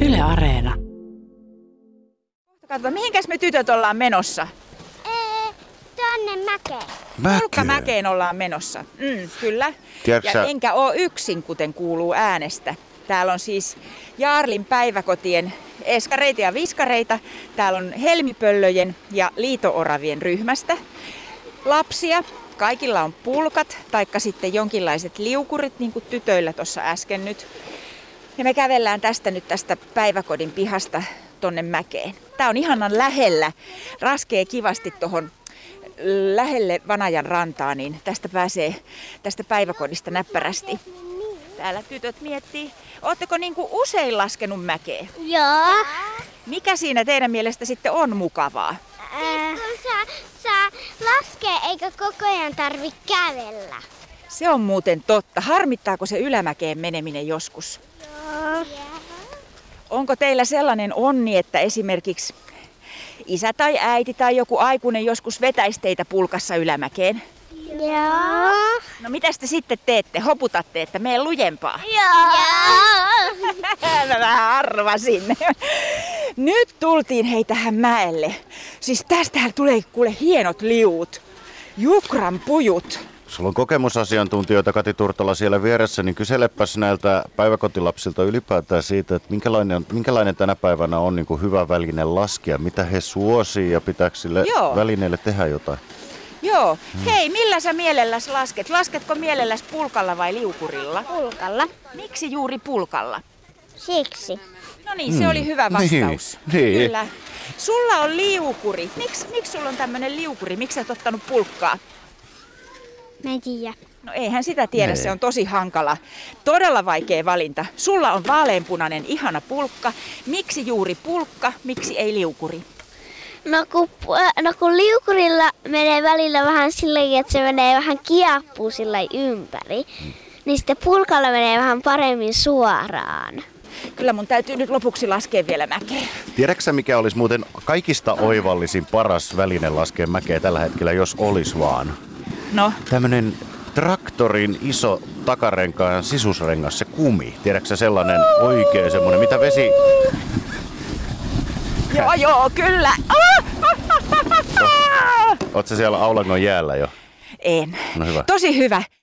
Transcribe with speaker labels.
Speaker 1: Yle Areena.
Speaker 2: Katsotaan, mihinkäs me tytöt ollaan menossa?
Speaker 3: Ee, Tuonne mäkeen.
Speaker 4: Mäkeen.
Speaker 2: Pulkkamäkeen ollaan menossa. Mm, kyllä.
Speaker 4: Tiedätkö
Speaker 2: ja
Speaker 4: sä-
Speaker 2: enkä oo yksin, kuten kuuluu äänestä. Täällä on siis Jaarlin päiväkotien eskareita ja viskareita. Täällä on helmipöllöjen ja liitooravien ryhmästä lapsia. Kaikilla on pulkat, taikka sitten jonkinlaiset liukurit, niin kuin tytöillä tuossa äsken nyt. Ja me kävellään tästä nyt tästä päiväkodin pihasta tonne mäkeen. Tää on ihanan lähellä. Raskee kivasti tuohon lähelle Vanajan rantaa, niin tästä pääsee tästä päiväkodista näppärästi. Täällä tytöt miettii, ootteko niin kuin usein laskenut mäkeä?
Speaker 3: Joo.
Speaker 2: Mikä siinä teidän mielestä sitten on mukavaa?
Speaker 3: Ää... Kun saa, saa laskea eikä koko ajan tarvi kävellä.
Speaker 2: Se on muuten totta. Harmittaako se ylämäkeen meneminen joskus?
Speaker 3: Joo.
Speaker 2: Onko teillä sellainen onni, että esimerkiksi isä tai äiti tai joku aikuinen joskus vetäisi teitä pulkassa ylämäkeen?
Speaker 3: Joo.
Speaker 2: No mitä te sitten teette? Hoputatte, että mene lujempaa.
Speaker 3: Joo.
Speaker 2: Mä vähän arvasin. Nyt tultiin hei tähän mäelle. Siis tästähän tulee kuule hienot liut. Jukran pujut.
Speaker 4: Sulla on kokemusasiantuntijoita Kati Turtola siellä vieressä, niin kyselepäs näiltä päiväkotilapsilta ylipäätään siitä, että minkälainen, minkälainen tänä päivänä on niin kuin hyvä väline laskea, mitä he suosii ja pitääkö sille
Speaker 2: Joo.
Speaker 4: välineelle tehdä jotain.
Speaker 2: Joo.
Speaker 4: Hmm.
Speaker 2: Hei, millä sä mielelläsi lasket? Lasketko mielelläsi pulkalla vai liukurilla?
Speaker 3: Pulkalla.
Speaker 2: Miksi juuri pulkalla?
Speaker 3: Siksi.
Speaker 2: No niin, se oli hyvä vastaus.
Speaker 4: Hmm. Niin, niin.
Speaker 2: Kyllä. Sulla on liukuri. Miks, miksi sulla on tämmönen liukuri? Miksi sä et ottanut pulkkaa?
Speaker 3: Mä en tiedä.
Speaker 2: No eihän sitä tiedä,
Speaker 4: Ei.
Speaker 2: se on tosi hankala. Todella vaikea valinta. Sulla on vaaleanpunainen ihana pulkka. Miksi juuri pulkka, miksi ei liukuri?
Speaker 3: No kun, pu- no kun liukurilla menee välillä vähän sillä lailla, että se menee vähän kiappuu sillä lailla ympäri, niin sitten pulkalla menee vähän paremmin suoraan.
Speaker 2: Kyllä mun täytyy nyt lopuksi laskea vielä mäkeä.
Speaker 4: Tiedätkö sä, mikä olisi muuten kaikista oivallisin paras väline laskea mäkeä tällä hetkellä, jos olisi vaan?
Speaker 2: No,
Speaker 4: Tämmönen traktorin iso takarenkaan sisusrengas, se kumi. Tiedätkö sä sellainen oikein semmoinen, mitä vesi,
Speaker 2: joo joo, kyllä.
Speaker 4: No
Speaker 2: Ah!
Speaker 4: Oot sä siellä Aulangon jäällä jo?
Speaker 2: En.
Speaker 4: No hyvä.
Speaker 2: Tosi hyvä.